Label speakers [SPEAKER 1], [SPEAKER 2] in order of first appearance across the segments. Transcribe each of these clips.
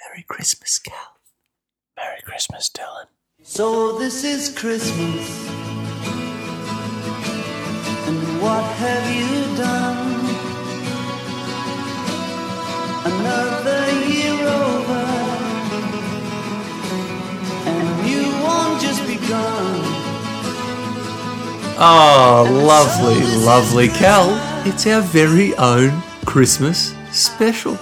[SPEAKER 1] Merry Christmas, Cal.
[SPEAKER 2] Merry Christmas, Dylan.
[SPEAKER 3] So this is Christmas. And what have you done? Another year over. And you won't just begun.
[SPEAKER 1] Oh, lovely, lovely Cal. It's our very own Christmas special.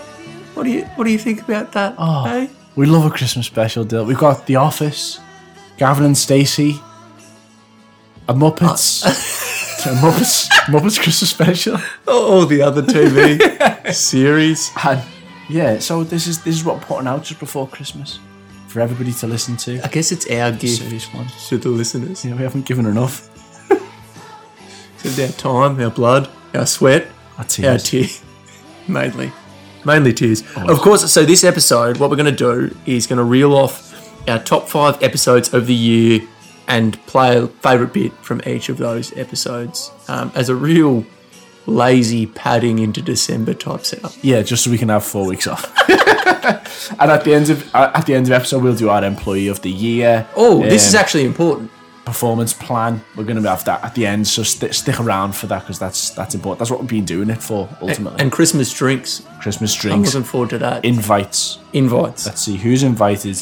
[SPEAKER 1] What do you What do you think about that?
[SPEAKER 2] Oh,
[SPEAKER 1] eh?
[SPEAKER 2] we love a Christmas special, Dylan. We've got The Office, Gavin and Stacey, a Muppets, a Muppets, Muppets Christmas special,
[SPEAKER 1] Oh, all the other TV series.
[SPEAKER 2] and yeah. So this is this is what I'm putting out just before Christmas for everybody to listen to.
[SPEAKER 1] I guess it's our gift
[SPEAKER 2] Serious one.
[SPEAKER 1] to the listeners.
[SPEAKER 2] Yeah, we haven't given enough.
[SPEAKER 1] It's our time, our blood, our sweat,
[SPEAKER 2] Our
[SPEAKER 1] our
[SPEAKER 2] tears.
[SPEAKER 1] tears, mainly, mainly tears.
[SPEAKER 2] Oh.
[SPEAKER 1] Of course. So this episode, what we're going to do is going to reel off our top five episodes of the year and play a favorite bit from each of those episodes um, as a real lazy padding into December type setup.
[SPEAKER 2] Yeah, just so we can have four weeks off. and at the end of at the end of episode, we'll do our employee of the year.
[SPEAKER 1] Oh, this is
[SPEAKER 2] um,
[SPEAKER 1] actually important.
[SPEAKER 2] performance plan. We're going to have that at the end, so sti stick around for that because that's that's important. That's what we've been doing it for ultimately.
[SPEAKER 1] And Christmas drinks.
[SPEAKER 2] Christmas
[SPEAKER 1] I'm
[SPEAKER 2] drinks,
[SPEAKER 1] looking forward to that.
[SPEAKER 2] invites.
[SPEAKER 1] Invites.
[SPEAKER 2] Let's see who's invited.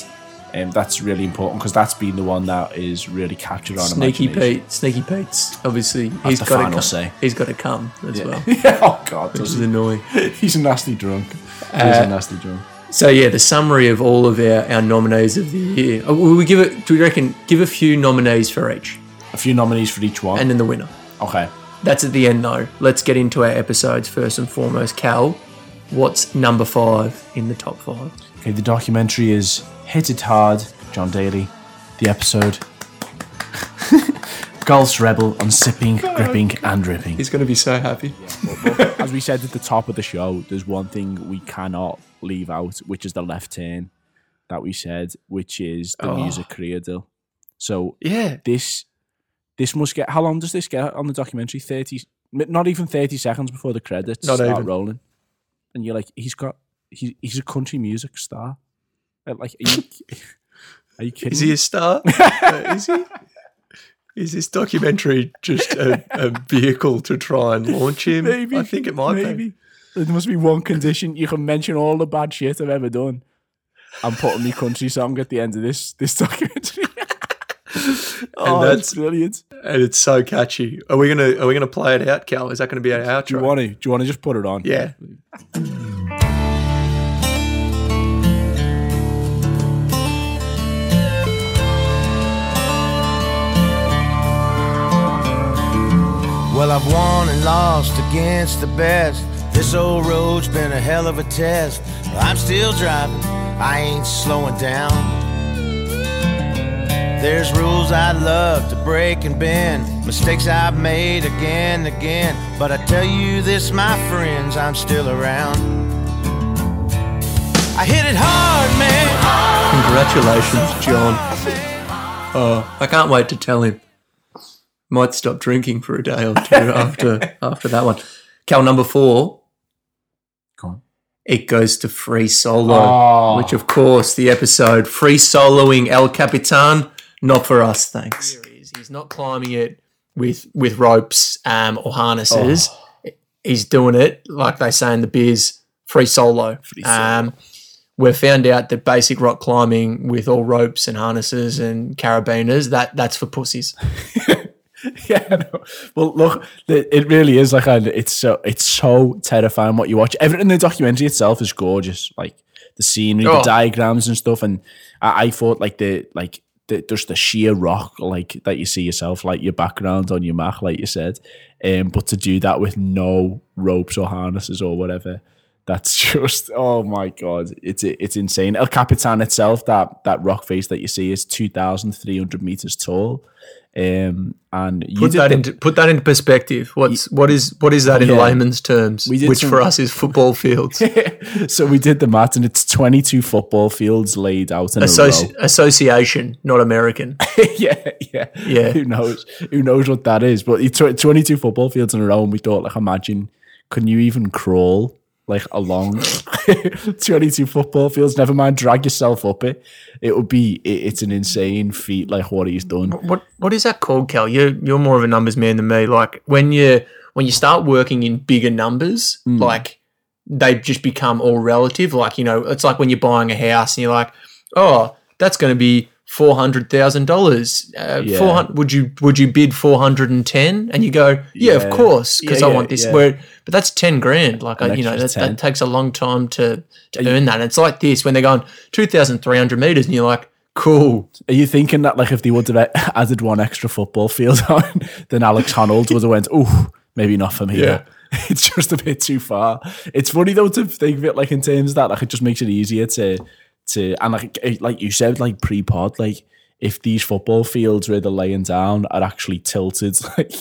[SPEAKER 2] Um, that's really important because that's been the one that is really captured on
[SPEAKER 1] Sneaky
[SPEAKER 2] imagination.
[SPEAKER 1] Pete. Sneaky Pete's. Obviously, he's
[SPEAKER 2] the
[SPEAKER 1] got to
[SPEAKER 2] final
[SPEAKER 1] come.
[SPEAKER 2] say.
[SPEAKER 1] He's got to come as well.
[SPEAKER 2] Yeah. oh God,
[SPEAKER 1] Which
[SPEAKER 2] does
[SPEAKER 1] is annoying.
[SPEAKER 2] he? he's a nasty drunk. he's
[SPEAKER 1] Uh,
[SPEAKER 2] a nasty drunk.
[SPEAKER 1] So yeah, the summary of all of our, our nominees of the year. Oh, Will we give it? Do we reckon give a few nominees for each,
[SPEAKER 2] A few nominees for each one.
[SPEAKER 1] and then the winner?
[SPEAKER 2] okay,
[SPEAKER 1] That's at the end though. Let's get into our episodes first and foremost. Cal, what's number five in the top five?
[SPEAKER 2] okay. The documentary is Hit It Hard, John Daly. The episode. Golf's Rebel on sipping, gripping, and ripping.
[SPEAKER 1] He's going to be so happy.
[SPEAKER 2] As we said at the top of the show, there's one thing we cannot leave out, which is the left turn that we said, which is the
[SPEAKER 1] Oh.
[SPEAKER 2] music career deal. So
[SPEAKER 1] Yeah,
[SPEAKER 2] this this must get how long does this get on the documentary? Thirty, m- not even thirty seconds before the credits
[SPEAKER 1] Not
[SPEAKER 2] start
[SPEAKER 1] even.
[SPEAKER 2] rolling, and you're like, he's got he's he's a country music star. Uh, Like, are you, are you kidding?
[SPEAKER 1] is he
[SPEAKER 2] me?
[SPEAKER 1] a star? Uh, is he? Is this documentary just a, a vehicle to try and launch him? I think it might be.
[SPEAKER 2] There must be one condition. You can mention all the bad shit I've ever done. I'm putting the country song at the end of this this documentary. oh, that's
[SPEAKER 1] that's-
[SPEAKER 2] brilliant.
[SPEAKER 1] and it's so catchy. Are we gonna Are we gonna play it out, Cal? Is that going to be our outro?
[SPEAKER 2] Do you want to? Do you want to just put it on?
[SPEAKER 1] Yeah.
[SPEAKER 4] Well, I've won and lost against the best. This old road's been a hell of a test. I'm still driving, I ain't slowing down. There's rules I love to break and bend, mistakes I've made again and again. But I tell you this, my friends, I'm still around. I hit it hard, man.
[SPEAKER 1] Congratulations, John. Oh, I can't wait to tell him. Might stop drinking for a day or two after after that one. Cal number four.
[SPEAKER 2] Go on.
[SPEAKER 1] It goes to free solo,
[SPEAKER 2] Oh.
[SPEAKER 1] which of course the episode free soloing El Capitan. Not for us, thanks. He's not climbing it with with ropes um, or harnesses.
[SPEAKER 2] Oh.
[SPEAKER 1] He's doing it like they say in the biz, free solo.
[SPEAKER 2] solo.
[SPEAKER 1] Um, we've found out that basic rock climbing with all ropes and harnesses and carabiners that that's for pussies.
[SPEAKER 2] yeah. I know. Well, look, th- it really is like I, it's so it's so terrifying what you watch. Everything in the documentary itself is gorgeous, like the scenery, the
[SPEAKER 1] Oh.
[SPEAKER 2] diagrams and stuff. And I, I thought like the like the, just the sheer rock like that you see yourself, like your background on your map, like you said. Um, but to do that with no ropes or harnesses or whatever. That's just oh my god, it's it's insane. El Capitan itself, that that rock face that you see is two thousand three hundred meters tall, um, and you
[SPEAKER 1] Put
[SPEAKER 2] did
[SPEAKER 1] that
[SPEAKER 2] the-
[SPEAKER 1] into put that into perspective. What's what is what is that in
[SPEAKER 2] Yeah.
[SPEAKER 1] layman's terms?
[SPEAKER 2] We did
[SPEAKER 1] Which
[SPEAKER 2] some- Oh,
[SPEAKER 1] for us is football fields.
[SPEAKER 2] so we did the math, and it's 22 football fields laid out in a
[SPEAKER 1] Associ-
[SPEAKER 2] row.
[SPEAKER 1] association, not American.
[SPEAKER 2] yeah, yeah,
[SPEAKER 1] Yeah.
[SPEAKER 2] Who knows? Who knows what that is? But it's tw- 22 football fields in a row, and we thought, like, imagine, can you even crawl like along 22 football fields. Never mind, drag yourself up it. It would be, it, it's an insane feat, like what he's done.
[SPEAKER 1] What what is that called, Cal? You you're more of a numbers man than me. Like when you when you start working in bigger numbers,
[SPEAKER 2] Mm.
[SPEAKER 1] like they just become all relative. Like you know, it's like when you're buying a house and you're like, oh, that's going to be four hundred thousand dollars. Uh,
[SPEAKER 2] Yeah.
[SPEAKER 1] Four hundred? Would you would you bid four hundred and ten? And you go, yeah,
[SPEAKER 2] Yeah.
[SPEAKER 1] of course, because
[SPEAKER 2] Yeah,
[SPEAKER 1] I
[SPEAKER 2] yeah,
[SPEAKER 1] want this.
[SPEAKER 2] yeah.
[SPEAKER 1] Where, but that's ten grand. Like I,
[SPEAKER 2] An
[SPEAKER 1] you know, that,
[SPEAKER 2] extra
[SPEAKER 1] that
[SPEAKER 2] 10.
[SPEAKER 1] takes a long time to to earn that. And it's like this when they're going two thousand three hundred meters, and you're like, cool.
[SPEAKER 2] Are you thinking that like if they would have added one extra football field on, then Alex Honnold would have went, oh, maybe not for me.
[SPEAKER 1] Yeah.
[SPEAKER 2] It's just a bit too far. It's funny though to think of it like in terms of that, like it just makes it easier to to and like eh, like you said, like pre-pod, like if these football fields where they're laying down are actually tilted like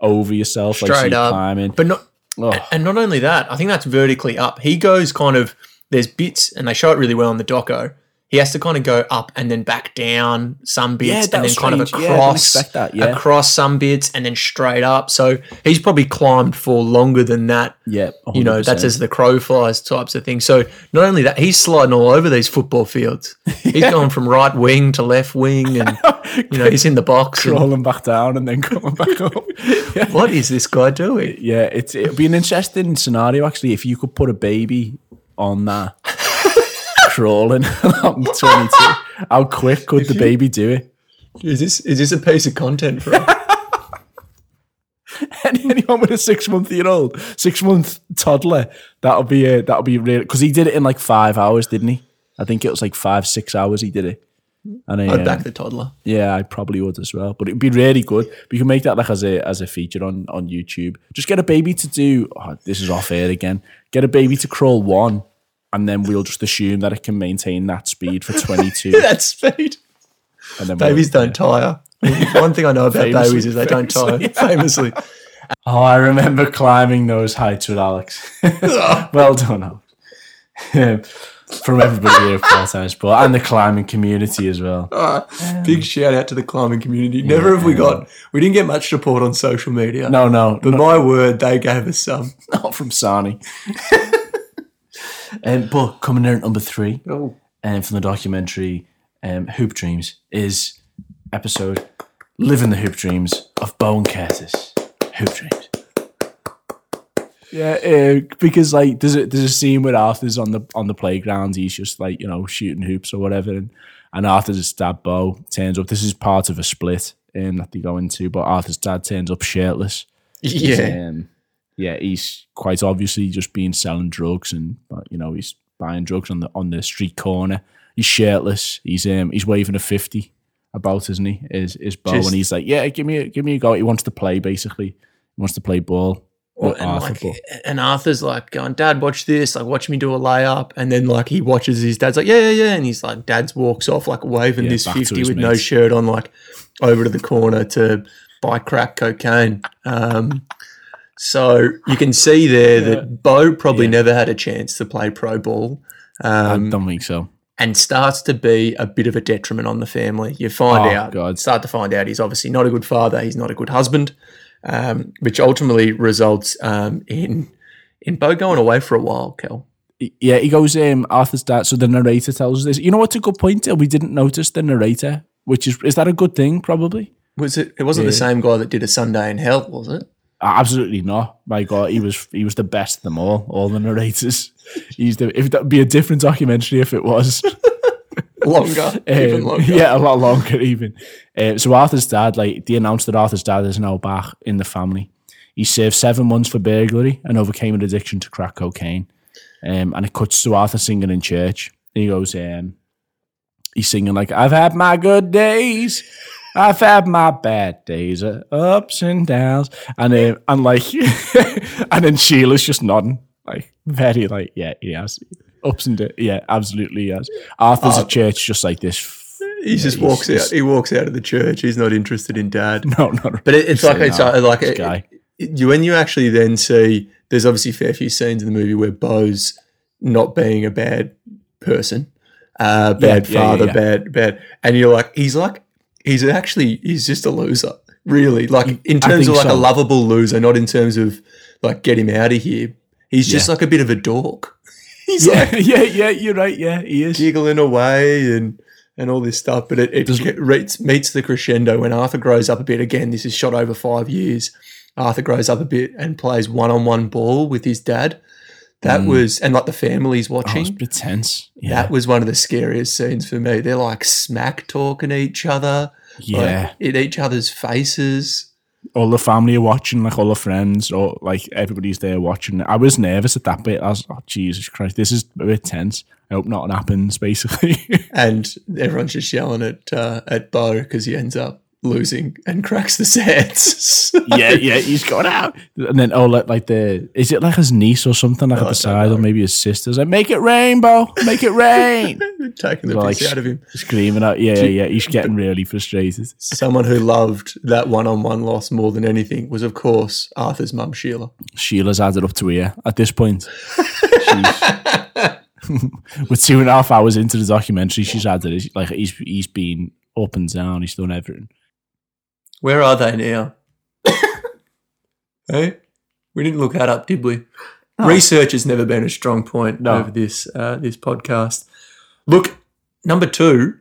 [SPEAKER 2] over yourself, like so
[SPEAKER 1] Straight
[SPEAKER 2] you're
[SPEAKER 1] up.
[SPEAKER 2] climbing.
[SPEAKER 1] But not
[SPEAKER 2] Oh.
[SPEAKER 1] And not only that, I think that's vertically up. He goes kind of there's bits, and they show it really well in the doco. He has to kind of go up and then back down some bits,
[SPEAKER 2] Yeah, that
[SPEAKER 1] and then
[SPEAKER 2] was
[SPEAKER 1] kind of
[SPEAKER 2] strange. Yeah, I didn't
[SPEAKER 1] across,
[SPEAKER 2] expect that, yeah.
[SPEAKER 1] across some bits, and then straight up. So he's probably climbed for longer than that.
[SPEAKER 2] yeah,
[SPEAKER 1] You know, that's
[SPEAKER 2] 100%.
[SPEAKER 1] as the crow flies types of thing. So not only that, he's sliding all over these football fields. He's going from right wing to left wing, and you know he's in the box. and
[SPEAKER 2] crawling back down and then coming back up. Yeah.
[SPEAKER 1] what is this guy doing?
[SPEAKER 2] Yeah, it's it'd be an interesting scenario actually if you could put a baby on that crawling along twenty two. How quick could the baby do it?
[SPEAKER 1] Is this is this a piece of content for?
[SPEAKER 2] Any- Anyone with a six month year old, six month toddler, that'll be a, that'll be really because he did it in like five hours, didn't he? I think it was like five six hours he did it. And I,
[SPEAKER 1] I'd
[SPEAKER 2] um,
[SPEAKER 1] back the toddler.
[SPEAKER 2] yeah, I probably would as well. But it'd be really good. We can make that like as a as a feature on on YouTube. Just get a baby to do. oh, this is off air again. Get a baby to crawl one, and then we'll just assume that it can maintain that speed for twenty two.
[SPEAKER 1] that speed.
[SPEAKER 2] and then we'll-
[SPEAKER 1] Babies don't tire. One thing I know about
[SPEAKER 2] Famously-
[SPEAKER 1] babies is they don't tire. Famously,
[SPEAKER 2] Oh, I remember climbing those heights with Alex. well done, Alex. Um, From everybody here, at Times Sport and the climbing community as well.
[SPEAKER 1] big shout out to the climbing community. Never have we got. We didn't get much support on social media.
[SPEAKER 2] No, no,
[SPEAKER 1] but my word, they gave us some.
[SPEAKER 2] not from Sani. um, but coming in at number three,
[SPEAKER 1] Oh.
[SPEAKER 2] um, from the documentary um, Hoop Dreams is episode Living the Hoop Dreams of Bone Curtis. Hoop Dreams. Yeah, uh, because like there's a, there's a scene where Arthur's on the on the playground. He's just like you know shooting hoops or whatever, and, and Arthur's dad Bo turns up. This is part of a split um, that they go into, but Arthur's dad turns up shirtless. Um, yeah, he's quite obviously just been selling drugs and uh, you know he's buying drugs on the on the street corner. He's shirtless. He's um he's waving a fifty about, isn't he? Is is bow
[SPEAKER 1] Just-
[SPEAKER 2] and he's like, yeah, give me a, give me a go. He wants to play basically. He wants to play ball.
[SPEAKER 1] Well,
[SPEAKER 2] with
[SPEAKER 1] and,
[SPEAKER 2] Arthur,
[SPEAKER 1] like,
[SPEAKER 2] but-
[SPEAKER 1] and Arthur's like going, Dad, watch this. Like, watch me do a layup. And then, like, he watches his dad's like, yeah, yeah, yeah. And he's like, Dad's walks off, like, waving
[SPEAKER 2] Yeah,
[SPEAKER 1] this
[SPEAKER 2] back to
[SPEAKER 1] 50
[SPEAKER 2] his
[SPEAKER 1] with no
[SPEAKER 2] mates.
[SPEAKER 1] shirt on, like, over to the corner to buy crack cocaine. Um, so you can see there that Bo probably never had a chance to play pro ball um,
[SPEAKER 2] I don't think so.
[SPEAKER 1] and starts to be a bit of a detriment on the family. You find
[SPEAKER 2] Oh,
[SPEAKER 1] out,
[SPEAKER 2] God.
[SPEAKER 1] start to find out he's obviously not a good father, he's not a good husband, um, which ultimately results um, in in Bo going away for a while, Kel.
[SPEAKER 2] Yeah, he goes, um, Arthur's dad. So the narrator tells us this. You know what's a good point? We didn't notice the narrator, which is is that a good thing? Probably.
[SPEAKER 1] Was it? It wasn't the same guy that did a Sunday in Hell, was it?
[SPEAKER 2] Uh, Absolutely not. My God, he was he was the best of them all. All the narrators. He's the. If that'd be a different documentary if it was.
[SPEAKER 1] Longer, even
[SPEAKER 2] Um,
[SPEAKER 1] longer.
[SPEAKER 2] Yeah, a lot longer even. Uh, so Arthur's dad, like, they announced that Arthur's dad is now back in the family. He served seven months for burglary and overcame an addiction to crack cocaine. Um, and it cuts to Arthur singing in church. He goes, um, he's singing like, "I've had my good days." I've had my bad days, uh, ups and downs, and uh, and like, and then Sheila's just nodding, like very like, yeah, he has ups and downs, yeah, absolutely he has. Arthur's at church just like this.
[SPEAKER 1] he just
[SPEAKER 2] he's-
[SPEAKER 1] walks
[SPEAKER 2] he's-
[SPEAKER 1] out. He walks out of the church. He's not interested in Dad.
[SPEAKER 2] No, not
[SPEAKER 1] But it, it's like
[SPEAKER 2] say
[SPEAKER 1] it's
[SPEAKER 2] that,
[SPEAKER 1] uh, like
[SPEAKER 2] this
[SPEAKER 1] it-
[SPEAKER 2] guy.
[SPEAKER 1] it- you when you actually then see there's obviously a fair few scenes in the movie where Bo's not being a bad person, uh, bad
[SPEAKER 2] yeah, yeah,
[SPEAKER 1] father,
[SPEAKER 2] yeah.
[SPEAKER 1] bad bad, and you're like he's like he's actually he's just a loser, really. Like in terms of
[SPEAKER 2] Mm, think
[SPEAKER 1] like a
[SPEAKER 2] so.
[SPEAKER 1] lovable loser, not in terms of like get him out of here. He's just like a bit of a dork. He's
[SPEAKER 2] Yeah,
[SPEAKER 1] like
[SPEAKER 2] yeah, yeah. You're right. Yeah, he is.
[SPEAKER 1] giggling away and and all this stuff, but it, it ge- reach- meets the crescendo when Arthur grows up a bit. Again, this is shot over five years. Arthur grows up a bit and plays one on one ball with his dad. That was and like the family's
[SPEAKER 2] Mm. Oh, it's a
[SPEAKER 1] watching.
[SPEAKER 2] bit tense. Yeah,
[SPEAKER 1] that was one of the scariest scenes for me. They're like smack talking each other, like,
[SPEAKER 2] yeah.
[SPEAKER 1] in each other's faces.
[SPEAKER 2] all the family are watching, like all the friends, or like everybody's there watching. I was nervous at that bit. I was, oh Jesus Christ, this is a bit tense. I hope nothing happens. Basically,
[SPEAKER 1] and everyone's just yelling at uh, at Bo because he ends up losing and cracks the sets.
[SPEAKER 2] yeah, yeah, he's gone out. And then oh, like, like the is it like his niece or something like at the side, or maybe his sister's like, make it rain, Bo, make it rain,
[SPEAKER 1] Taking the
[SPEAKER 2] Like,
[SPEAKER 1] piss out of him.
[SPEAKER 2] screaming out. Yeah, yeah, yeah. He's getting really frustrated.
[SPEAKER 1] Someone who loved that one-on-one loss more than anything was, of course, Arthur's mum Sheila.
[SPEAKER 2] Sheila's added up to here at this point. She's- We're two and a half hours into the documentary. She's added it. Like he's he's been up and down. He's done everything.
[SPEAKER 1] Where are they now? hey, we didn't look that up, did we? Research has never been a strong point
[SPEAKER 2] No.
[SPEAKER 1] over this uh, this podcast. Look, number two,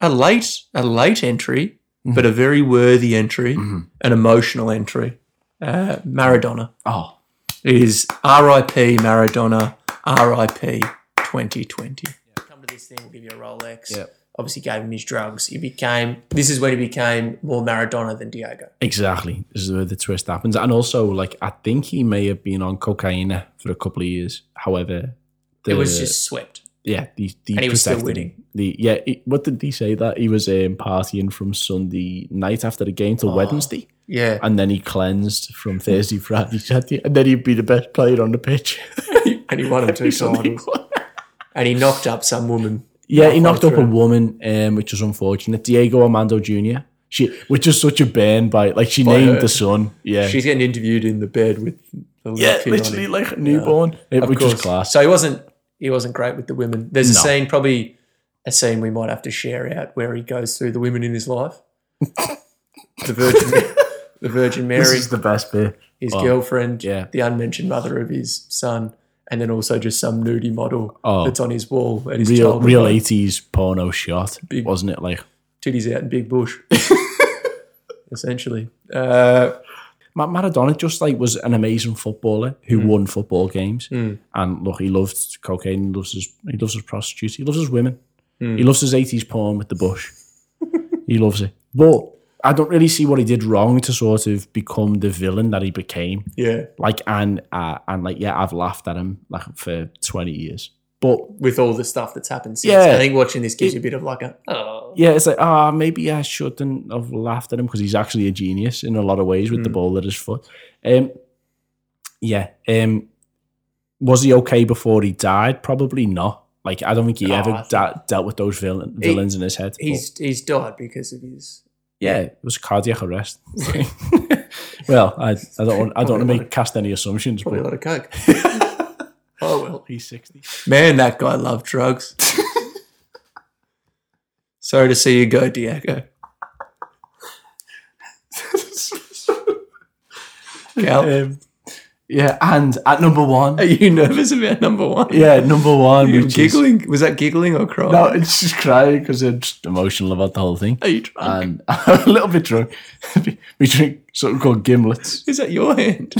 [SPEAKER 1] a late a late entry, but a very worthy entry, an emotional entry. Uh, Maradona
[SPEAKER 2] Oh,
[SPEAKER 1] It is R.I.P. Maradona, R.I.P. 2020. Come to this thing, we'll give you a Rolex.
[SPEAKER 2] Yep.
[SPEAKER 1] Obviously, gave him his drugs. He became. This is when he became more Maradona than Diego.
[SPEAKER 2] exactly. This is where the twist happens. And also, like I think he may have been on cocaine for a couple of years. However, the,
[SPEAKER 1] it was just swept.
[SPEAKER 2] yeah, the, the
[SPEAKER 1] And he was still
[SPEAKER 2] protected-
[SPEAKER 1] winning.
[SPEAKER 2] The yeah, he- what did he say that he was um, partying from Sunday night after the game
[SPEAKER 1] Oh.
[SPEAKER 2] till Wednesday?
[SPEAKER 1] Yeah,
[SPEAKER 2] and then he cleansed from Thursday, Friday, Saturday, and then he'd be the best player on the pitch.
[SPEAKER 1] and he won him two titles. And he knocked up some woman.
[SPEAKER 2] yeah, he knocked up a
[SPEAKER 1] through.
[SPEAKER 2] woman, um, which was unfortunate. Diego Armando Jr. She, which is such a burn by like she named
[SPEAKER 1] her.
[SPEAKER 2] the son. Yeah,
[SPEAKER 1] She's getting interviewed in the bed with the little
[SPEAKER 2] yeah,
[SPEAKER 1] kid on
[SPEAKER 2] literally
[SPEAKER 1] him.
[SPEAKER 2] like a newborn, it,
[SPEAKER 1] Of
[SPEAKER 2] which was
[SPEAKER 1] course.
[SPEAKER 2] class.
[SPEAKER 1] So he wasn't. He wasn't great with the women. There's
[SPEAKER 2] No.
[SPEAKER 1] a scene, probably a scene we might have to share out, where he goes through the women in his life. the Virgin, the Virgin Mary.
[SPEAKER 2] this is the best bit. Oh,
[SPEAKER 1] his girlfriend,
[SPEAKER 2] yeah.
[SPEAKER 1] the unmentioned mother of his son, and then also just some nudie model
[SPEAKER 2] Oh.
[SPEAKER 1] that's on his wall at his
[SPEAKER 2] Real,
[SPEAKER 1] childhood
[SPEAKER 2] real
[SPEAKER 1] home.
[SPEAKER 2] eighties porno shot, wasn't it? Like
[SPEAKER 1] titties out in big bush, essentially. Uh,
[SPEAKER 2] Ma- Maradona just like was an amazing footballer who
[SPEAKER 1] Hmm.
[SPEAKER 2] won football games. And look, he loved cocaine. He loves his he loves his prostitutes. He loves his women.
[SPEAKER 1] Hmm.
[SPEAKER 2] He loves his eighties porn with the bush. he loves it. But I don't really see what he did wrong to sort of become the villain that he became.
[SPEAKER 1] yeah,
[SPEAKER 2] Like and uh, and like yeah, I've laughed at him like for twenty years. But
[SPEAKER 1] with all the stuff that's happened since.
[SPEAKER 2] Yeah.
[SPEAKER 1] I think watching this gives you a bit of like a oh,
[SPEAKER 2] yeah, it's like ah, maybe I shouldn't have laughed at him because he's actually a genius in a lot of ways with
[SPEAKER 1] Hmm.
[SPEAKER 2] the ball at his foot. Um, yeah. Um, was he okay before he died? Probably not. Like I don't think he
[SPEAKER 1] No, I
[SPEAKER 2] ever
[SPEAKER 1] think-
[SPEAKER 2] da- dealt with those villain-
[SPEAKER 1] He-
[SPEAKER 2] villains in his head. but-
[SPEAKER 1] he's he's died because of his.
[SPEAKER 2] yeah, it was cardiac arrest. well, I, I don't want, I don't want to make cast any assumptions,
[SPEAKER 1] Probably a
[SPEAKER 2] but
[SPEAKER 1] lot of coke. oh well,
[SPEAKER 2] he's sixty.
[SPEAKER 1] man, that guy loved drugs. Sorry to see you go, Diego. Cal,
[SPEAKER 2] Um, yeah, and at number one,
[SPEAKER 1] Are you nervous about number one?
[SPEAKER 2] yeah, number one,
[SPEAKER 1] You're
[SPEAKER 2] which is-
[SPEAKER 1] giggling. Was that giggling or crying?
[SPEAKER 2] no, it's just crying because I'm just emotional about the whole thing.
[SPEAKER 1] Are you drunk?
[SPEAKER 2] and I'm a little bit drunk. we drink something called gimlets.
[SPEAKER 1] Is that your hand?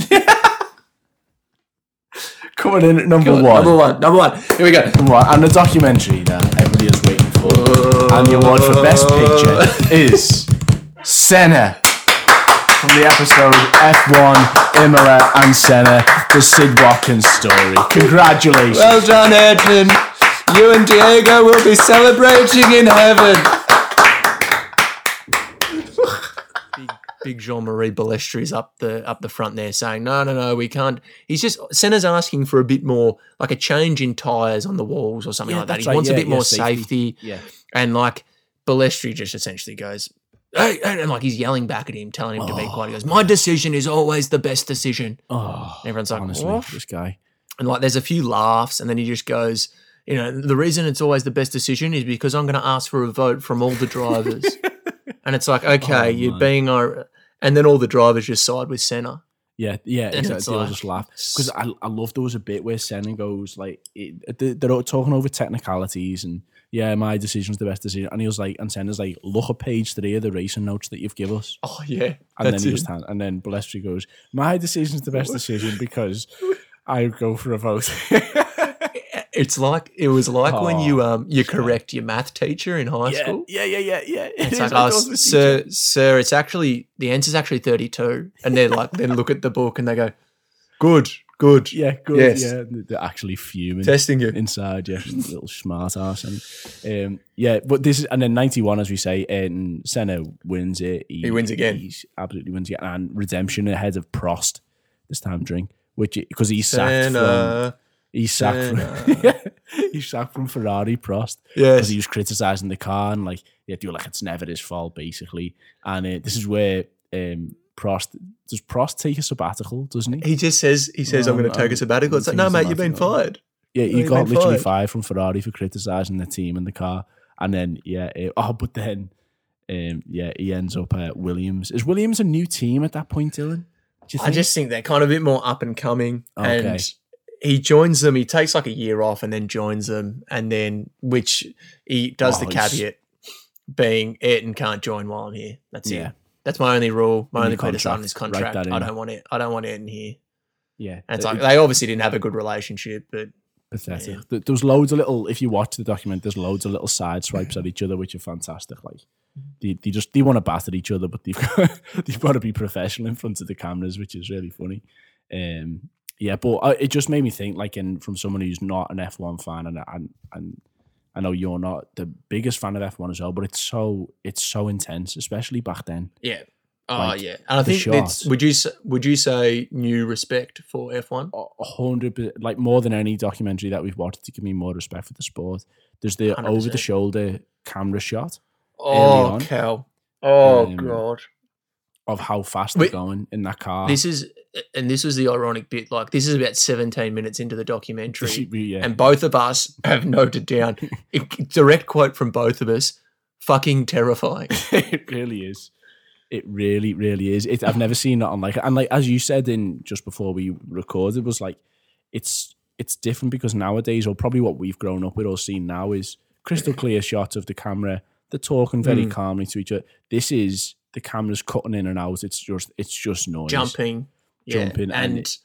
[SPEAKER 2] Coming in at number one.
[SPEAKER 1] Number one. Number one. Here we go.
[SPEAKER 2] Number one. And the documentary that everybody is waiting for. and the award for Best Picture is Senna. From the episode F1, Imola and Senna, the Sid Watkins story. Congratulations.
[SPEAKER 1] Well done, Edmund. You and Diego will be celebrating in heaven. big, big Jean-Marie Balestri's up the up the front there saying, no, no, no, we can't. He's just Senna's asking for a bit more, like a change in tyres on the walls or something
[SPEAKER 2] Yeah,
[SPEAKER 1] like that.
[SPEAKER 2] that's
[SPEAKER 1] He
[SPEAKER 2] right.
[SPEAKER 1] wants
[SPEAKER 2] Yeah,
[SPEAKER 1] a bit
[SPEAKER 2] yeah,
[SPEAKER 1] more
[SPEAKER 2] safety.
[SPEAKER 1] safety.
[SPEAKER 2] yeah.
[SPEAKER 1] And like Balestri just essentially goes, hey, hey," and like he's yelling back at him, telling him to be quiet. He goes, My decision is always the best decision.
[SPEAKER 2] Oh,
[SPEAKER 1] And everyone's like,
[SPEAKER 2] honestly,
[SPEAKER 1] "What?"
[SPEAKER 2] this guy.
[SPEAKER 1] And like there's a few laughs, and then he just goes, you know, the reason it's always the best decision is because I'm gonna ask for a vote from all the
[SPEAKER 2] Oh,
[SPEAKER 1] drivers. and it's like, okay, you're being our and then all the drivers just side with Senna.
[SPEAKER 2] Yeah, yeah,
[SPEAKER 1] Then
[SPEAKER 2] exactly.
[SPEAKER 1] it's
[SPEAKER 2] They all
[SPEAKER 1] like-
[SPEAKER 2] just laugh because I, I love there was a bit where Senna goes like it, they- they're all talking over technicalities and yeah, my decision's the best decision, and he was like, and Senna's like, look at page three of the racing notes that you've given us,
[SPEAKER 1] Oh yeah,
[SPEAKER 2] and then he just hand, and then Balestri goes, my decision's the best decision because I go for a vote.
[SPEAKER 1] It's like it was like when
[SPEAKER 2] Oh,
[SPEAKER 1] you um you correct your math teacher in high
[SPEAKER 2] yeah,
[SPEAKER 1] school.
[SPEAKER 2] yeah, yeah, yeah, yeah.
[SPEAKER 1] It's
[SPEAKER 2] It
[SPEAKER 1] like,
[SPEAKER 2] is, I
[SPEAKER 1] oh,
[SPEAKER 2] thought it was
[SPEAKER 1] sir, sir, it's actually the answer's actually thirty-two, and they're like, then look at the book and they go, good, good,
[SPEAKER 2] Yeah, good.
[SPEAKER 1] Yes.
[SPEAKER 2] Yeah, they're actually fuming
[SPEAKER 1] testing you.
[SPEAKER 2] inside. Yeah, little smart ass. And um, yeah, but this is and then ninety one, as we say, and Senna wins it.
[SPEAKER 1] He wins again.
[SPEAKER 2] He absolutely wins again, and redemption ahead of Prost this time. Drink, which because he's sacked from
[SPEAKER 1] Senna.
[SPEAKER 2] he's sacked from he's sacked from Ferrari Prost because
[SPEAKER 1] Yes.
[SPEAKER 2] he was criticizing the car and like yeah, do like it's never his fault basically. And uh, this is where um, Prost does Prost take a sabbatical, doesn't he?
[SPEAKER 1] He just says he says I'm
[SPEAKER 2] Um,
[SPEAKER 1] going to take a
[SPEAKER 2] um,
[SPEAKER 1] sabbatical. It's like,
[SPEAKER 2] taking
[SPEAKER 1] no,
[SPEAKER 2] a
[SPEAKER 1] mate, you've been
[SPEAKER 2] sabbatical.
[SPEAKER 1] fired.
[SPEAKER 2] Yeah,
[SPEAKER 1] Well,
[SPEAKER 2] you
[SPEAKER 1] he
[SPEAKER 2] got
[SPEAKER 1] made
[SPEAKER 2] literally
[SPEAKER 1] five.
[SPEAKER 2] fired from Ferrari for criticizing the team and the car, and then yeah, eh, oh, but then, um, yeah, he ends up at Williams. Is Williams a new team at that point, Dylan? Do you
[SPEAKER 1] I
[SPEAKER 2] think?
[SPEAKER 1] just think they're kind of a bit more up and coming.
[SPEAKER 2] Okay.
[SPEAKER 1] And he joins them. He takes like a year off and then joins them. And then, which he does the
[SPEAKER 2] Oh, he's-
[SPEAKER 1] caveat being Ayrton can't join while I'm here. That's
[SPEAKER 2] Yeah.
[SPEAKER 1] it. That's my only rule. My
[SPEAKER 2] In
[SPEAKER 1] only
[SPEAKER 2] your
[SPEAKER 1] criticism on his
[SPEAKER 2] contract, write
[SPEAKER 1] contract.
[SPEAKER 2] that
[SPEAKER 1] I
[SPEAKER 2] in.
[SPEAKER 1] don't want it. I don't want Ayrton here.
[SPEAKER 2] yeah,
[SPEAKER 1] And it's
[SPEAKER 2] eh,
[SPEAKER 1] like they obviously didn't have a good relationship, but
[SPEAKER 2] pathetic.
[SPEAKER 1] yeah.
[SPEAKER 2] There- There was loads of little. If you watch the document, there's loads of little side swipes at each other, which are fantastic. Like. They, they just they want to bat at each other, but they've got, they've got to be professional in front of the cameras, which is really funny. Um, yeah, but I, it just made me think, like, in from someone who's not an F one fan, and and and I know you're not the biggest fan of F one as well, but it's so it's so intense, especially back then.
[SPEAKER 1] yeah. Oh
[SPEAKER 2] Like,
[SPEAKER 1] yeah, and I
[SPEAKER 2] the
[SPEAKER 1] think it's,
[SPEAKER 2] shots.
[SPEAKER 1] would you s- would you say new respect for F one?
[SPEAKER 2] A a hundred, per- like more than any documentary that we've watched to give me more respect for the sport. There's the
[SPEAKER 1] 100%.
[SPEAKER 2] over the shoulder camera shot early
[SPEAKER 1] Oh
[SPEAKER 2] on.
[SPEAKER 1] cow! Oh
[SPEAKER 2] Um,
[SPEAKER 1] god!
[SPEAKER 2] of how fast they're
[SPEAKER 1] Wait.
[SPEAKER 2] going in that car.
[SPEAKER 1] This is and this was the ironic bit. Like this is about 17 minutes into the documentary,
[SPEAKER 2] yeah.
[SPEAKER 1] and both of us have noted down it- direct quote from both of us. Fucking terrifying.
[SPEAKER 2] it really is. It really, really is. It, I've never seen that on like and like as you said in just before we recorded was like it's it's different because nowadays or probably what we've grown up with or seen now is crystal clear shots of the camera. They're talking very
[SPEAKER 1] Mm.
[SPEAKER 2] calmly to each other. This is the camera's cutting in and out. It's just it's just noise.
[SPEAKER 1] Jumping. yeah,
[SPEAKER 2] Jumping and
[SPEAKER 1] and,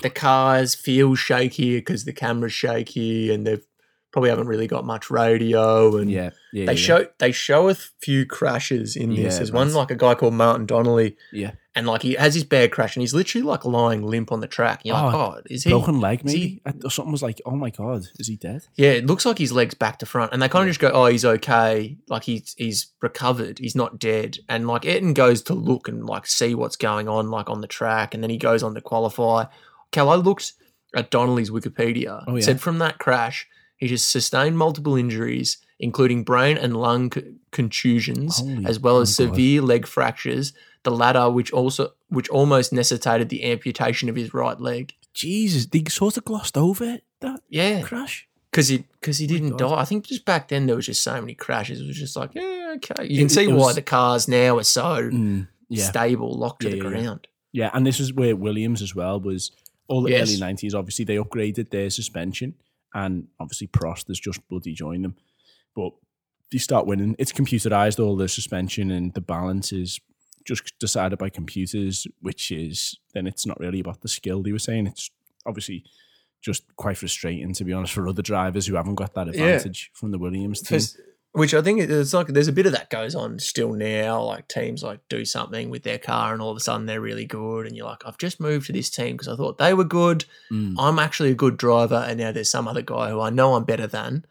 [SPEAKER 1] the cars feel shaky because the camera's shaky and they've probably haven't really got much radio and
[SPEAKER 2] Yeah, yeah.
[SPEAKER 1] they
[SPEAKER 2] yeah,
[SPEAKER 1] show they show a few crashes in this.
[SPEAKER 2] Yeah,
[SPEAKER 1] There's one
[SPEAKER 2] that's-
[SPEAKER 1] like a guy called Martin Donnelly
[SPEAKER 2] yeah.
[SPEAKER 1] and like he has his bad crash and he's literally like lying limp on the track. You're like,
[SPEAKER 2] Oh,
[SPEAKER 1] oh, is he
[SPEAKER 2] broken leg
[SPEAKER 1] is he-
[SPEAKER 2] maybe I- or something was like oh my god is he dead?
[SPEAKER 1] Yeah, it looks like his legs back to front, and they kind of just go, "Oh, he's okay. Like he's he's recovered. He's not dead." And like Etten goes to look and like see what's going on, like on the track, and then he goes on to qualify. Cal, I looked at Donnelly's Wikipedia.
[SPEAKER 2] Oh,
[SPEAKER 1] It
[SPEAKER 2] yeah.
[SPEAKER 1] Said from that crash, he just sustained multiple injuries, including brain and lung co- contusions,
[SPEAKER 2] Holy-
[SPEAKER 1] as well as
[SPEAKER 2] oh, God.
[SPEAKER 1] severe leg fractures. The latter, which also which almost necessitated the amputation of his right leg.
[SPEAKER 2] Jesus, they sort of glossed over that
[SPEAKER 1] Yeah,
[SPEAKER 2] crash.
[SPEAKER 1] because he because he didn't
[SPEAKER 2] God.
[SPEAKER 1] die. I think just back then there was just so many crashes. It was just like, yeah, okay. You
[SPEAKER 2] It-
[SPEAKER 1] can see
[SPEAKER 2] it
[SPEAKER 1] why
[SPEAKER 2] was-
[SPEAKER 1] the cars now are so
[SPEAKER 2] Mm, yeah.
[SPEAKER 1] stable, locked to
[SPEAKER 2] Yeah,
[SPEAKER 1] the
[SPEAKER 2] yeah, yeah.
[SPEAKER 1] ground.
[SPEAKER 2] Yeah, and this is where Williams as well was all the
[SPEAKER 1] Yes.
[SPEAKER 2] early nineties. Obviously, they upgraded their suspension, and obviously Prost has just bloody joined them. But you start winning. It's computerized all the suspension and the balance is just decided by computers, which is then it's not really about the skill. They were saying it's obviously just quite frustrating to be honest for other drivers who haven't got that advantage from the Williams team.
[SPEAKER 1] Because- Which I think it- it's like there's a bit of that goes on still now. Like teams like do something with their car, and all of a sudden they're really good, and you're like, I've just moved to this team because I thought they were good.
[SPEAKER 2] Mm.
[SPEAKER 1] I'm actually a good driver, and now there's some other guy who I know I'm better than.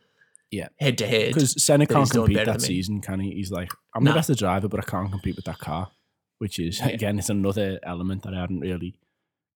[SPEAKER 2] Yeah.
[SPEAKER 1] head to head.
[SPEAKER 2] because Senna
[SPEAKER 1] that
[SPEAKER 2] can't
[SPEAKER 1] he's doing
[SPEAKER 2] compete
[SPEAKER 1] better
[SPEAKER 2] that
[SPEAKER 1] than me.
[SPEAKER 2] season, can he? He's like, I'm
[SPEAKER 1] No.
[SPEAKER 2] the best driver, but I can't compete with that car, which is again, it's another element that I hadn't really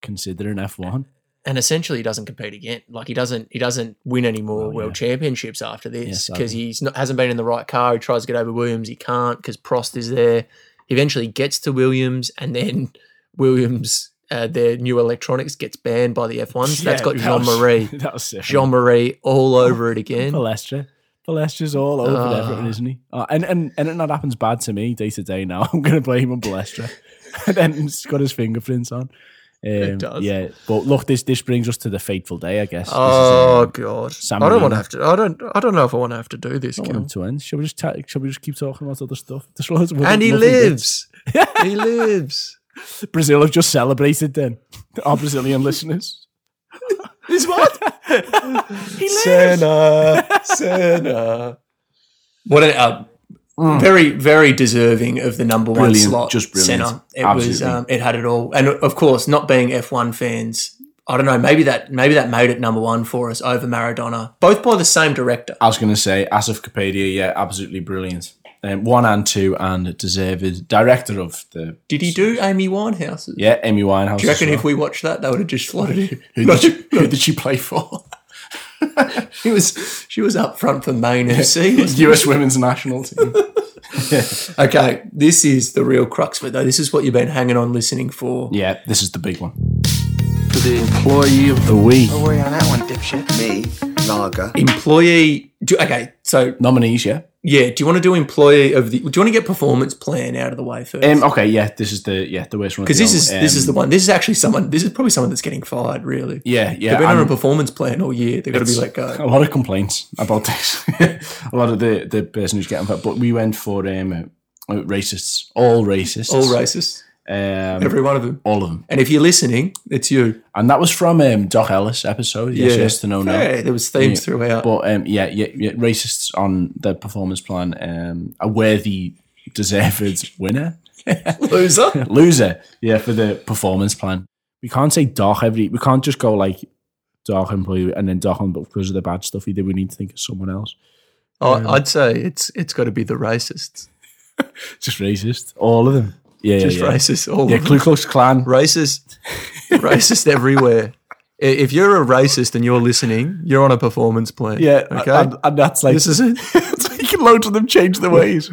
[SPEAKER 2] considered in F1.
[SPEAKER 1] and essentially he doesn't compete again. Like he doesn't he doesn't win any more
[SPEAKER 2] Oh, yeah.
[SPEAKER 1] world championships after this
[SPEAKER 2] Yes, I
[SPEAKER 1] because he's not hasn't been in the right car. He tries to get over Williams, he can't because Prost is there. He eventually gets to Williams, and then Williams uh, their new electronics gets banned by the F1. So that's
[SPEAKER 2] Yeah, Oh,
[SPEAKER 1] got
[SPEAKER 2] that
[SPEAKER 1] Jean
[SPEAKER 2] was-
[SPEAKER 1] Marie
[SPEAKER 2] that was sick.
[SPEAKER 1] Jean Marie all over it again.
[SPEAKER 2] Palestra. Palestra's all over
[SPEAKER 1] Ah.
[SPEAKER 2] everything, isn't he? Uh, and, and anything that happens bad to me day to day now, I'm going to blame on Palestra. and then he's got his fingerprints on. Um,
[SPEAKER 1] does.
[SPEAKER 2] Yeah, but look, this this brings us to the fateful day, I guess. This is,
[SPEAKER 1] Oh
[SPEAKER 2] um,
[SPEAKER 1] god,
[SPEAKER 2] San
[SPEAKER 1] I don't want
[SPEAKER 2] Marino.
[SPEAKER 1] to have to. I don't. I don't know if I want to have to do this.
[SPEAKER 2] not
[SPEAKER 1] Gil.
[SPEAKER 2] one to end. Shall we just ta- shall we just keep talking about other stuff? There's loads of other
[SPEAKER 1] And he
[SPEAKER 2] lovely bits.
[SPEAKER 1] lives. he lives.
[SPEAKER 2] Brazil have just celebrated then. Our Brazilian listeners.
[SPEAKER 1] Is what?
[SPEAKER 2] He
[SPEAKER 1] Senna. Senna. What a uh, very, very deserving of the number one
[SPEAKER 2] Brilliant,
[SPEAKER 1] slot.
[SPEAKER 2] just brilliant.
[SPEAKER 1] Senna. It was.
[SPEAKER 2] Absolutely.
[SPEAKER 1] Um, it had it all, and of course, not being F one fans. I don't know. Maybe that. Maybe that made it number one for us over Maradona. Both by the same director.
[SPEAKER 2] I was going to say Asif Kapadia, yeah, absolutely brilliant. Um, one and two, and deserved director of the
[SPEAKER 1] Did he do Amy Winehouse?
[SPEAKER 2] yeah Amy Winehouse.
[SPEAKER 1] Do you reckon
[SPEAKER 2] as
[SPEAKER 1] if we watched that, they would have just slotted in?
[SPEAKER 2] well. who, did she, who did she play for?
[SPEAKER 1] She was she was up front for Maine FC. wasn't she?
[SPEAKER 2] U.S. Women's National Team.
[SPEAKER 1] Okay, this is the real crux of it, though. This is what you've been hanging on listening for.
[SPEAKER 2] yeah, this is the big one.
[SPEAKER 5] the employee of
[SPEAKER 2] The we
[SPEAKER 5] worry on that one, dipshit. Me, Naga.
[SPEAKER 1] Employee. Do, okay, so
[SPEAKER 2] nominees, yeah.
[SPEAKER 1] yeah, do you want to do employee of the? Do you want to get performance plan out of the way first?
[SPEAKER 2] Um, okay, yeah, this is the yeah the Um, worst one
[SPEAKER 1] because this is this is the one. This is actually someone. This is probably someone that's getting fired. Really,
[SPEAKER 2] yeah yeah.
[SPEAKER 1] they've been on
[SPEAKER 2] and-
[SPEAKER 1] a performance plan all year. They've got to be
[SPEAKER 2] It's
[SPEAKER 1] let go.
[SPEAKER 2] A lot of complaints about this. a lot of the, the person who's getting fat. But we went for um, uh, racists, all racists,
[SPEAKER 1] All racists,
[SPEAKER 2] um,
[SPEAKER 1] every one of them.
[SPEAKER 2] all of them.
[SPEAKER 1] And if you're listening, it's you.
[SPEAKER 2] And that was from um, Doc Ellis episode. Yes,
[SPEAKER 1] Yeah.
[SPEAKER 2] yes to Oh, no, no.
[SPEAKER 1] Yeah, there was themes
[SPEAKER 2] Yeah.
[SPEAKER 1] throughout.
[SPEAKER 2] But um, yeah, yeah, yeah, racists on the performance plan. Um, a worthy, deserved winner,
[SPEAKER 1] Loser.
[SPEAKER 2] loser. Yeah, for the performance plan. We can't say Doc every. We can't just go like. Doc employee and then Doc on but because of the bad stuff he did, we need to think of someone else.
[SPEAKER 1] I I'd say it's it's got to be the racists.
[SPEAKER 2] Just racist, all of them. Yeah,
[SPEAKER 1] Just
[SPEAKER 2] yeah, yeah.
[SPEAKER 1] racists. All
[SPEAKER 2] Yeah,
[SPEAKER 1] of them.
[SPEAKER 2] Ku Klux Klan.
[SPEAKER 1] racist, racist everywhere. I- If you're a racist and you're listening, you're on a performance plan.
[SPEAKER 2] Yeah,
[SPEAKER 1] Okay.
[SPEAKER 2] and, and that's like
[SPEAKER 1] this is it.
[SPEAKER 2] taking loads of them change their ways.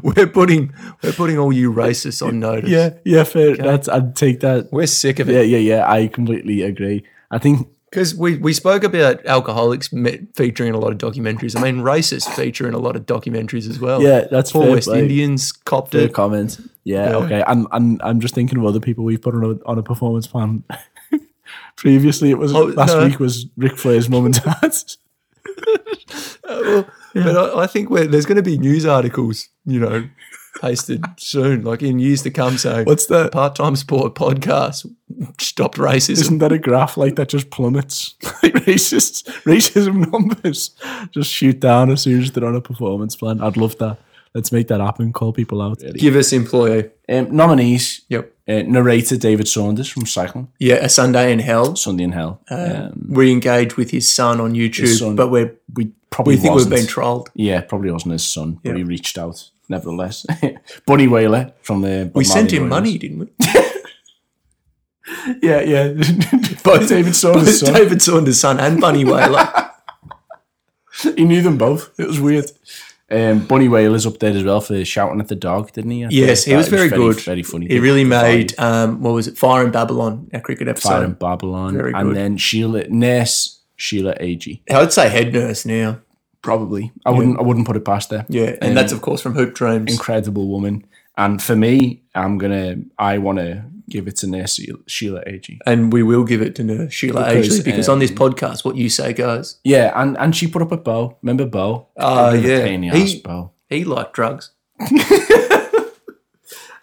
[SPEAKER 1] We're putting we're putting all you racists on notice.
[SPEAKER 2] yeah, yeah, fair. That's I'd take that.
[SPEAKER 1] We're sick of
[SPEAKER 2] Yeah,
[SPEAKER 1] it
[SPEAKER 2] yeah, yeah. I completely agree. I think
[SPEAKER 1] because we, we spoke about alcoholics me- featuring a lot of documentaries. I mean, racists feature in a lot of documentaries as well.
[SPEAKER 2] Yeah, that's
[SPEAKER 1] poor
[SPEAKER 2] fair
[SPEAKER 1] West
[SPEAKER 2] play.
[SPEAKER 1] Indians copped
[SPEAKER 2] the
[SPEAKER 1] it.
[SPEAKER 2] comment. Yeah, okay. And and I'm just thinking of other people we've put on a, on a performance plan. Previously, it was
[SPEAKER 1] Oh,
[SPEAKER 2] last
[SPEAKER 1] no.
[SPEAKER 2] week was Ric Flair's mum and dad.
[SPEAKER 1] Oh, But I, I think we're, there's going to be news articles, you know, pasted soon, like in years to come, saying
[SPEAKER 2] What's that?
[SPEAKER 1] part time sport podcast stopped racism.
[SPEAKER 2] Isn't that a graph like that just plummets? like racists, racism numbers just shoot down as soon as they're on a performance plan. I'd love that. Let's make that happen. Call people out.
[SPEAKER 1] Give us employee.
[SPEAKER 2] Um, nominees:
[SPEAKER 1] Yep.
[SPEAKER 2] uh, narrator David Saunders from Cycling,
[SPEAKER 1] Yeah, A Sunday in Hell.
[SPEAKER 2] Sunday in Hell. um,
[SPEAKER 1] We engage with his son on YouTube,
[SPEAKER 2] His son.
[SPEAKER 1] but we're,
[SPEAKER 2] we probably
[SPEAKER 1] we think
[SPEAKER 2] wasn't.
[SPEAKER 1] we've been trolled.
[SPEAKER 2] yeah, probably wasn't his son, but he reached out nevertheless. Bunny Whaler from the Bob
[SPEAKER 1] We sent
[SPEAKER 2] Marley
[SPEAKER 1] him
[SPEAKER 2] Wailers.
[SPEAKER 1] money, didn't we?
[SPEAKER 2] Yeah, yeah.
[SPEAKER 1] Both-
[SPEAKER 2] both David Saunders' son.
[SPEAKER 1] David Saunders' son and Bunny Whaler.
[SPEAKER 2] He knew them both. It was weird. Um, Bunny Whaler's up there as well for shouting at the dog, didn't he? I
[SPEAKER 1] yes,
[SPEAKER 2] thought
[SPEAKER 1] he was
[SPEAKER 2] that
[SPEAKER 1] very, good.
[SPEAKER 2] Very funny.
[SPEAKER 1] He really
[SPEAKER 2] Good
[SPEAKER 1] made
[SPEAKER 2] value.
[SPEAKER 1] um, what was it? Fire in Babylon, our cricket episode.
[SPEAKER 2] Fire in Babylon,
[SPEAKER 1] Very
[SPEAKER 2] and
[SPEAKER 1] good.
[SPEAKER 2] then Sheila Nurse Sheila Ag.
[SPEAKER 1] I'd say head nurse now.
[SPEAKER 2] Probably, I wouldn't. I wouldn't put it past her.
[SPEAKER 1] Yeah, and
[SPEAKER 2] Um,
[SPEAKER 1] that's of course from Hoop Dreams.
[SPEAKER 2] incredible woman. And for me, I'm gonna. I want to give it to Nurse Sheila Ag.
[SPEAKER 1] and we will give it to nurse Sheila
[SPEAKER 2] Because,
[SPEAKER 1] Ageley because on
[SPEAKER 2] um,
[SPEAKER 1] this podcast, what you say goes.
[SPEAKER 2] Yeah, and and she put up a bow. Remember bow?
[SPEAKER 1] Ah, yeah.
[SPEAKER 2] pain in the
[SPEAKER 1] He-
[SPEAKER 2] ass bow.
[SPEAKER 1] He liked drugs,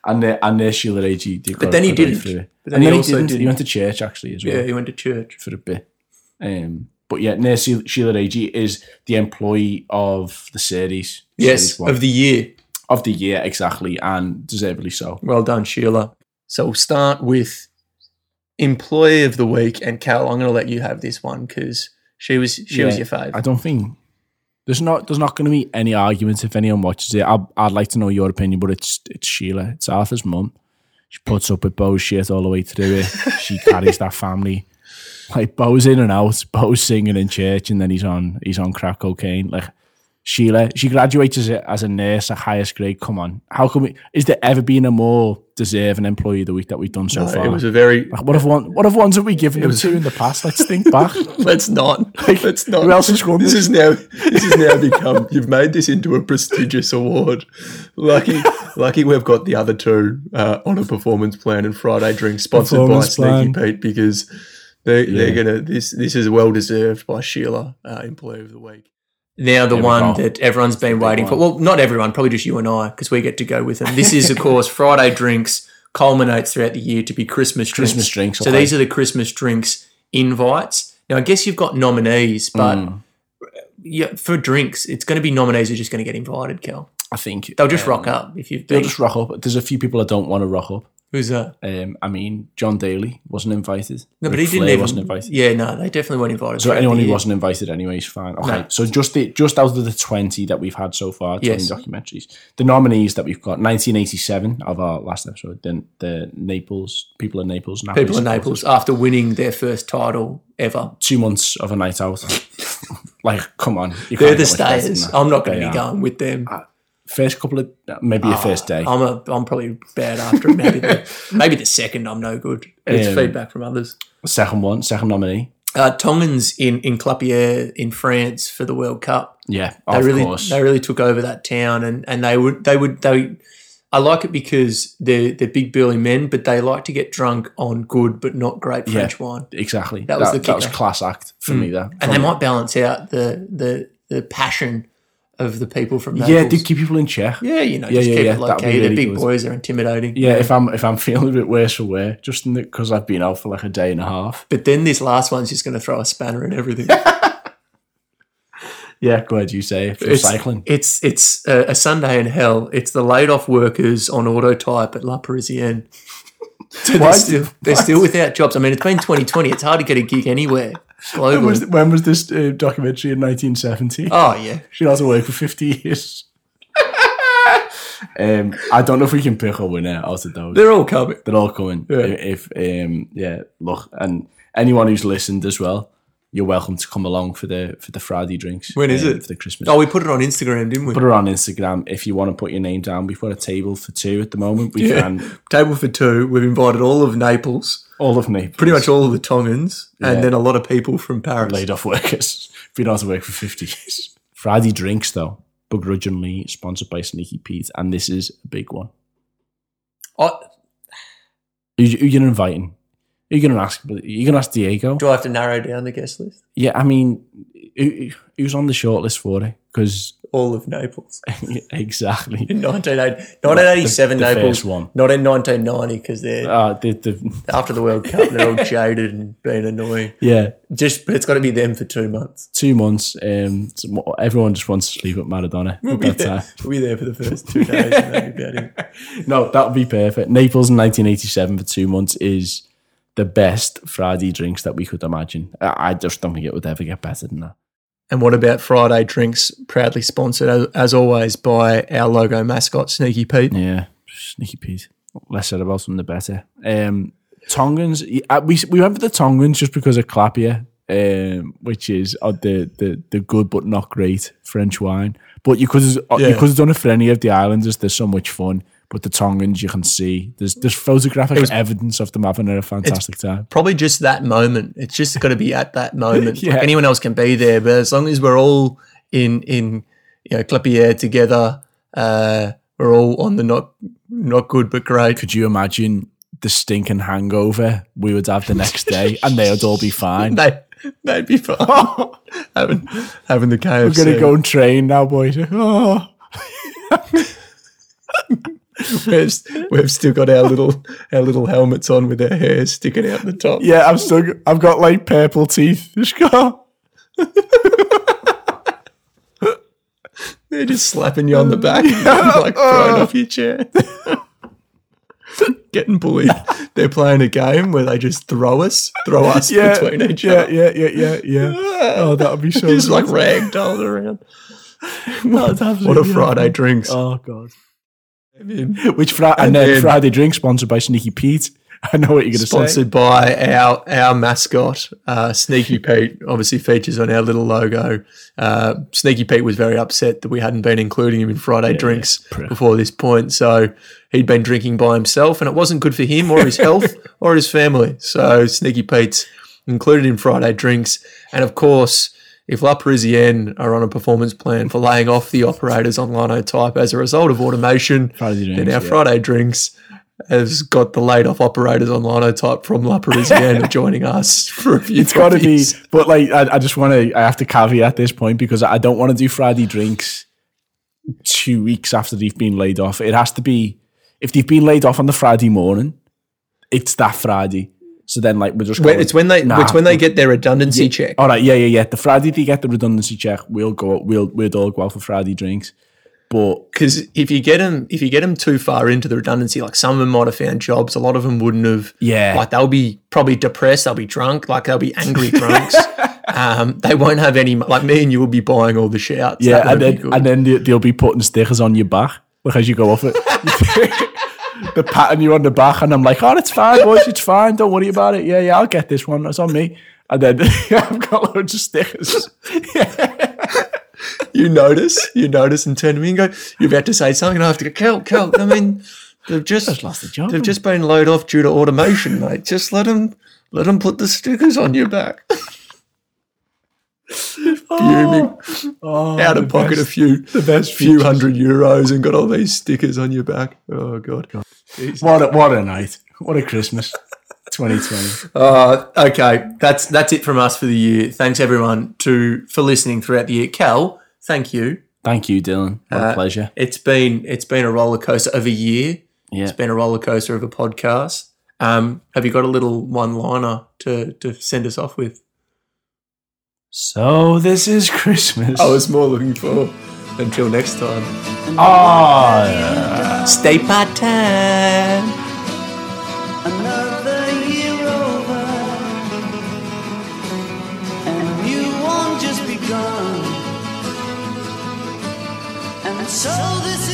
[SPEAKER 2] And then and Nurse Sheila Ag. did go
[SPEAKER 1] then he
[SPEAKER 2] a bit
[SPEAKER 1] didn't.
[SPEAKER 2] through.
[SPEAKER 1] But
[SPEAKER 2] and then he, didn't. He went to church actually as well.
[SPEAKER 1] Yeah, he went to church.
[SPEAKER 2] for a bit. Um, but yeah, Nurse Sheila- Sheila Raggi is the employee of the series.
[SPEAKER 1] Yes,
[SPEAKER 2] Series one.
[SPEAKER 1] of the year.
[SPEAKER 2] of the year, exactly, and deservedly so.
[SPEAKER 1] Well done, Sheila. So we'll start with employee of the week, and Cal, I'm going to let you have this one because she was she was your
[SPEAKER 2] Yeah,
[SPEAKER 1] fave.
[SPEAKER 2] I don't think there's not there's not going to be any arguments if anyone watches it. I, I'd like to know your opinion, but it's it's Sheila, it's Arthur's mum. She puts up with Bo's shit all the way through it. She carries that family. Like Bo's in and out, Bo's singing in church, and then he's on he's on crack cocaine. Like Sheila, she graduates as a, as a nurse at highest grade. Come on, how can we? Is there ever been a more deserving employee of the week that we've done so far?
[SPEAKER 1] It was a very.
[SPEAKER 2] Like, what have one? What have ones have we given them
[SPEAKER 1] was-
[SPEAKER 2] to in the past? Let's think back.
[SPEAKER 1] Let's not. Let's not.
[SPEAKER 2] who else has won
[SPEAKER 1] This is now. This has now become. You've made this into a prestigious award. Lucky, lucky we've got the other two uh, on a performance plan and Friday drink sponsored
[SPEAKER 2] Performance
[SPEAKER 1] by Sneaky
[SPEAKER 2] plan.
[SPEAKER 1] Pete because they, they're gonna. This this is well deserved by Sheila, uh, employee of the week. Now the
[SPEAKER 2] we
[SPEAKER 1] one
[SPEAKER 2] go.
[SPEAKER 1] that everyone's been waiting for. Well, not everyone, probably just you and I, because we get to go with them. This is, of course, Friday drinks culminates throughout the year to be Christmas drinks.
[SPEAKER 2] Christmas drinks,
[SPEAKER 1] So
[SPEAKER 2] okay.
[SPEAKER 1] these are the Christmas drinks invites. Now I guess you've got nominees, but
[SPEAKER 2] Mm.
[SPEAKER 1] yeah, for drinks, it's going to be nominees who are just going to get invited. Kel,
[SPEAKER 2] I think
[SPEAKER 1] they'll just rock up if you've
[SPEAKER 2] Um, they'll
[SPEAKER 1] been.
[SPEAKER 2] just rock up. There's a few people I don't want to rock up.
[SPEAKER 1] Who's that?
[SPEAKER 2] Um, I mean, John Daly wasn't invited.
[SPEAKER 1] No, but
[SPEAKER 2] Ric
[SPEAKER 1] he didn't
[SPEAKER 2] Flair
[SPEAKER 1] even.
[SPEAKER 2] wasn't invited.
[SPEAKER 1] Yeah, no, they definitely weren't invited.
[SPEAKER 2] So
[SPEAKER 1] throughout
[SPEAKER 2] anyone
[SPEAKER 1] the
[SPEAKER 2] who
[SPEAKER 1] year.
[SPEAKER 2] wasn't invited anyway is fine. Okay, so just the just out of the twenty that we've had so far, twenty
[SPEAKER 1] Yes.
[SPEAKER 2] documentaries, the nominees that we've got, nineteen eighty seven of our last episode, then the Naples people in Naples, Naples
[SPEAKER 1] people in Naples after winning their first title ever.
[SPEAKER 2] two months of a night out. like, come on, you
[SPEAKER 1] They're
[SPEAKER 2] can't
[SPEAKER 1] the
[SPEAKER 2] get much better than
[SPEAKER 1] stayers.
[SPEAKER 2] that.
[SPEAKER 1] I'm not going
[SPEAKER 2] They
[SPEAKER 1] to be Ah.
[SPEAKER 2] are.
[SPEAKER 1] going with them.
[SPEAKER 2] First couple of maybe a first day.
[SPEAKER 1] I'm a. I'm probably bad after it. Maybe the, maybe the second. I'm no good. It's
[SPEAKER 2] Um,
[SPEAKER 1] feedback from others.
[SPEAKER 2] second one, second nominee.
[SPEAKER 1] Uh, Tongans in in Clapier in France for the World Cup.
[SPEAKER 2] Yeah,
[SPEAKER 1] they
[SPEAKER 2] of
[SPEAKER 1] really
[SPEAKER 2] course.
[SPEAKER 1] they really took over that town and and they would they would they I like it because they're they're big burly men, but they like to get drunk on good but not great
[SPEAKER 2] Yeah.
[SPEAKER 1] French wine.
[SPEAKER 2] Exactly.
[SPEAKER 1] That was the
[SPEAKER 2] that was
[SPEAKER 1] kicker. Mm.
[SPEAKER 2] class act for me. There
[SPEAKER 1] And they might balance out the the the passion of the people from Naples.
[SPEAKER 2] yeah, did keep people in check.
[SPEAKER 1] yeah, you know,
[SPEAKER 2] Yeah,
[SPEAKER 1] just
[SPEAKER 2] yeah,
[SPEAKER 1] keep
[SPEAKER 2] yeah,
[SPEAKER 1] it low
[SPEAKER 2] that'd be
[SPEAKER 1] key. They're
[SPEAKER 2] really
[SPEAKER 1] big
[SPEAKER 2] good.
[SPEAKER 1] boys, they're intimidating.
[SPEAKER 2] Yeah, if I'm if I'm feeling a bit worse for wear, just because I've been out for like a day and a half.
[SPEAKER 1] But then this last one's just gonna throw a spanner in everything.
[SPEAKER 2] Yeah, glad you say it. For
[SPEAKER 1] it's,
[SPEAKER 2] cycling.
[SPEAKER 1] It's it's a, a Sunday in hell. It's the laid off workers on auto type at La Parisienne. So they're
[SPEAKER 2] What?
[SPEAKER 1] still, they're still without jobs. I mean, it's been 2020. It's hard to get a gig anywhere
[SPEAKER 2] When was,
[SPEAKER 1] globally.
[SPEAKER 2] when was this uh, documentary in 1970?
[SPEAKER 1] Oh yeah,
[SPEAKER 2] She has to work for 50 years. um, I don't know if we can pick a winner out of those.
[SPEAKER 1] they're all coming.
[SPEAKER 2] They're all coming. If, if, um, yeah, look, and anyone who's listened as well, you're welcome to come along for the for the Friday drinks.
[SPEAKER 1] When is
[SPEAKER 2] um,
[SPEAKER 1] it?
[SPEAKER 2] For the Christmas.
[SPEAKER 1] Oh, we put it on Instagram, didn't we?
[SPEAKER 2] Put her on Instagram if you want to put your name down. We've got a table for two at the moment. We
[SPEAKER 1] Yeah.
[SPEAKER 2] can
[SPEAKER 1] Table for two. We've invited all of Naples,
[SPEAKER 2] all of me
[SPEAKER 1] pretty much all of the Tongans,
[SPEAKER 2] Yeah.
[SPEAKER 1] and then a lot of people from Paris.
[SPEAKER 2] laid off workers. Been out of work for 50 years. Friday drinks, though, begrudgingly sponsored by Sneaky Pete. And this is a big one.
[SPEAKER 1] Oh,
[SPEAKER 2] Who, who you gonna inviting? Who you gonna ask? You gonna ask Diego?
[SPEAKER 1] do I have to narrow down the guest list?
[SPEAKER 2] Yeah, I mean, who, who's on the shortlist for it? Because
[SPEAKER 1] All of Naples
[SPEAKER 2] exactly,
[SPEAKER 1] in 1980, 1987
[SPEAKER 2] the
[SPEAKER 1] Naples,
[SPEAKER 2] first one.
[SPEAKER 1] not in 1990 because they're
[SPEAKER 2] uh, the, the,
[SPEAKER 1] after the World Cup, they're all jaded and being annoying.
[SPEAKER 2] yeah,
[SPEAKER 1] Just, but it's got to be them for two months.
[SPEAKER 2] two months. Um, some- everyone just wants to sleep at Maradona at
[SPEAKER 1] We'll
[SPEAKER 2] that
[SPEAKER 1] be, there,
[SPEAKER 2] time.
[SPEAKER 1] we'll be there for the first two days. and that'd be about it.
[SPEAKER 2] No, that would be perfect. Naples in 1987 for two months is the best Friday drinks that we could imagine. I, I just don't think it would ever get better than that.
[SPEAKER 1] And what about Friday drinks? Proudly sponsored, as, as always, by our logo mascot, Sneaky Pete.
[SPEAKER 2] Yeah, sneaky Pete. Less said about them, the better. Um, Tongans, uh, we we went for the Tongans just because of Clapia, um, which is uh, the, the the good but not great French wine. But you could uh,
[SPEAKER 1] Yeah.
[SPEAKER 2] you could have done it for any of the islanders. There's so much fun. But the Tongans, you can see there's there's photographic evidence of them having a fantastic time.
[SPEAKER 1] Probably just that moment. It's just got to be at that moment.
[SPEAKER 2] Yeah.
[SPEAKER 1] Like, anyone else can be there, but as long as we're all in in you know Clapier together, uh, we're all on the not not good but great.
[SPEAKER 2] Could you imagine the stinking hangover we would have the next day, and they would all be fine?
[SPEAKER 1] They they'd be fine having having the KFC.
[SPEAKER 2] We're gonna go and train now, boys. Oh.
[SPEAKER 1] we've, we've still got our little our little helmets on with our hair sticking out the top.
[SPEAKER 2] Yeah, I've still got, I've got like purple teeth. Just go.
[SPEAKER 1] They're just slapping you on the back, and you're, like thrown
[SPEAKER 2] Oh.
[SPEAKER 1] off your chair. Getting bullied. They're playing a game where they just throw us, throw us
[SPEAKER 2] Yeah,
[SPEAKER 1] between each
[SPEAKER 2] yeah,
[SPEAKER 1] other.
[SPEAKER 2] yeah, yeah, yeah, yeah. Oh, that would be so.
[SPEAKER 1] Just like ragdolled around. What a Friday drinks.
[SPEAKER 2] Oh god.
[SPEAKER 1] I mean,
[SPEAKER 2] Which Friday and,
[SPEAKER 1] And
[SPEAKER 2] then,
[SPEAKER 1] then-
[SPEAKER 2] Friday drink sponsored by Sneaky Pete. I know what you're going to say.
[SPEAKER 1] Sponsored by our our mascot, uh, Sneaky Pete. Obviously features on our little logo. Uh, Sneaky Pete was very upset that we hadn't been including him in Friday drinks
[SPEAKER 2] Prick.
[SPEAKER 1] before this point. So he'd been drinking by himself, and it wasn't good for him or his health or his family. So Sneaky Pete's included in Friday drinks, and of course. If La Parisienne are on a performance plan for laying off the operators on Linotype as a result of automation,
[SPEAKER 2] Friday
[SPEAKER 1] then
[SPEAKER 2] drinks,
[SPEAKER 1] our
[SPEAKER 2] yeah.
[SPEAKER 1] Friday drinks has got the laid off operators on Linotype from La Parisienne joining us for a few
[SPEAKER 2] It's got to be,
[SPEAKER 1] coffees.
[SPEAKER 2] but like, I, I just want to, I have to caveat this point because I don't want to do Friday drinks two weeks after they've been laid off. It has to be, if they've been laid off on the Friday morning, it's that Friday. So then, like, we're just
[SPEAKER 1] When,
[SPEAKER 2] going,
[SPEAKER 1] it's when they
[SPEAKER 2] "Nah,
[SPEAKER 1] it's when they get their redundancy check.
[SPEAKER 2] All right, yeah, yeah, yeah. The Friday they get the redundancy check, we'll go. We'll we'd all go out for Friday drinks. But
[SPEAKER 1] Because if you get them if you get them too far into the redundancy, like some of them might have found jobs, a lot of them wouldn't have.
[SPEAKER 2] Yeah.
[SPEAKER 1] like they'll be probably depressed. They'll be drunk. Like they'll be angry drunks. um, they won't have any. mo- Like me and you will be buying all the shouts.
[SPEAKER 2] yeah,
[SPEAKER 1] That won't
[SPEAKER 2] and
[SPEAKER 1] be
[SPEAKER 2] then
[SPEAKER 1] good.
[SPEAKER 2] and then they, they'll be putting stickers on your back like as you go off it. They're patting you on the back, and I'm like, "Oh, it's fine, boys. It's fine. Don't worry about it. Yeah, yeah, I'll get this one. That's on me." And then I've got loads of stickers.
[SPEAKER 1] you notice, you notice, and turn to me and go, "You're about to say something." And I have to go, "Cal, Cal." I mean, they've just,
[SPEAKER 2] lost their job.
[SPEAKER 1] They've just been laid off due to automation, mate. Just let them, let them put the stickers on your back. Fuming,
[SPEAKER 2] Oh,
[SPEAKER 1] out
[SPEAKER 2] the
[SPEAKER 1] of pocket a
[SPEAKER 2] best.
[SPEAKER 1] few,
[SPEAKER 2] the best
[SPEAKER 1] few
[SPEAKER 2] features.
[SPEAKER 1] hundred euros, and got all these stickers on your back. Oh god.
[SPEAKER 2] What a, what a night! What a Christmas, 2020.
[SPEAKER 1] Uh, okay, that's that's it from us for the year. Thanks everyone to for listening throughout the year. Cal, thank you.
[SPEAKER 2] Thank you, Dylan. What a
[SPEAKER 1] Uh,
[SPEAKER 2] pleasure.
[SPEAKER 1] It's been it's been a roller coaster of a year.
[SPEAKER 2] Yeah.
[SPEAKER 1] It's been a roller coaster of a podcast. Um, have you got a little one liner to, to send us off with?
[SPEAKER 2] So this is Christmas.
[SPEAKER 1] I was more looking for until next time.
[SPEAKER 2] Ah,
[SPEAKER 1] Stay part time.
[SPEAKER 3] Another year over, and a new one just begun. And so this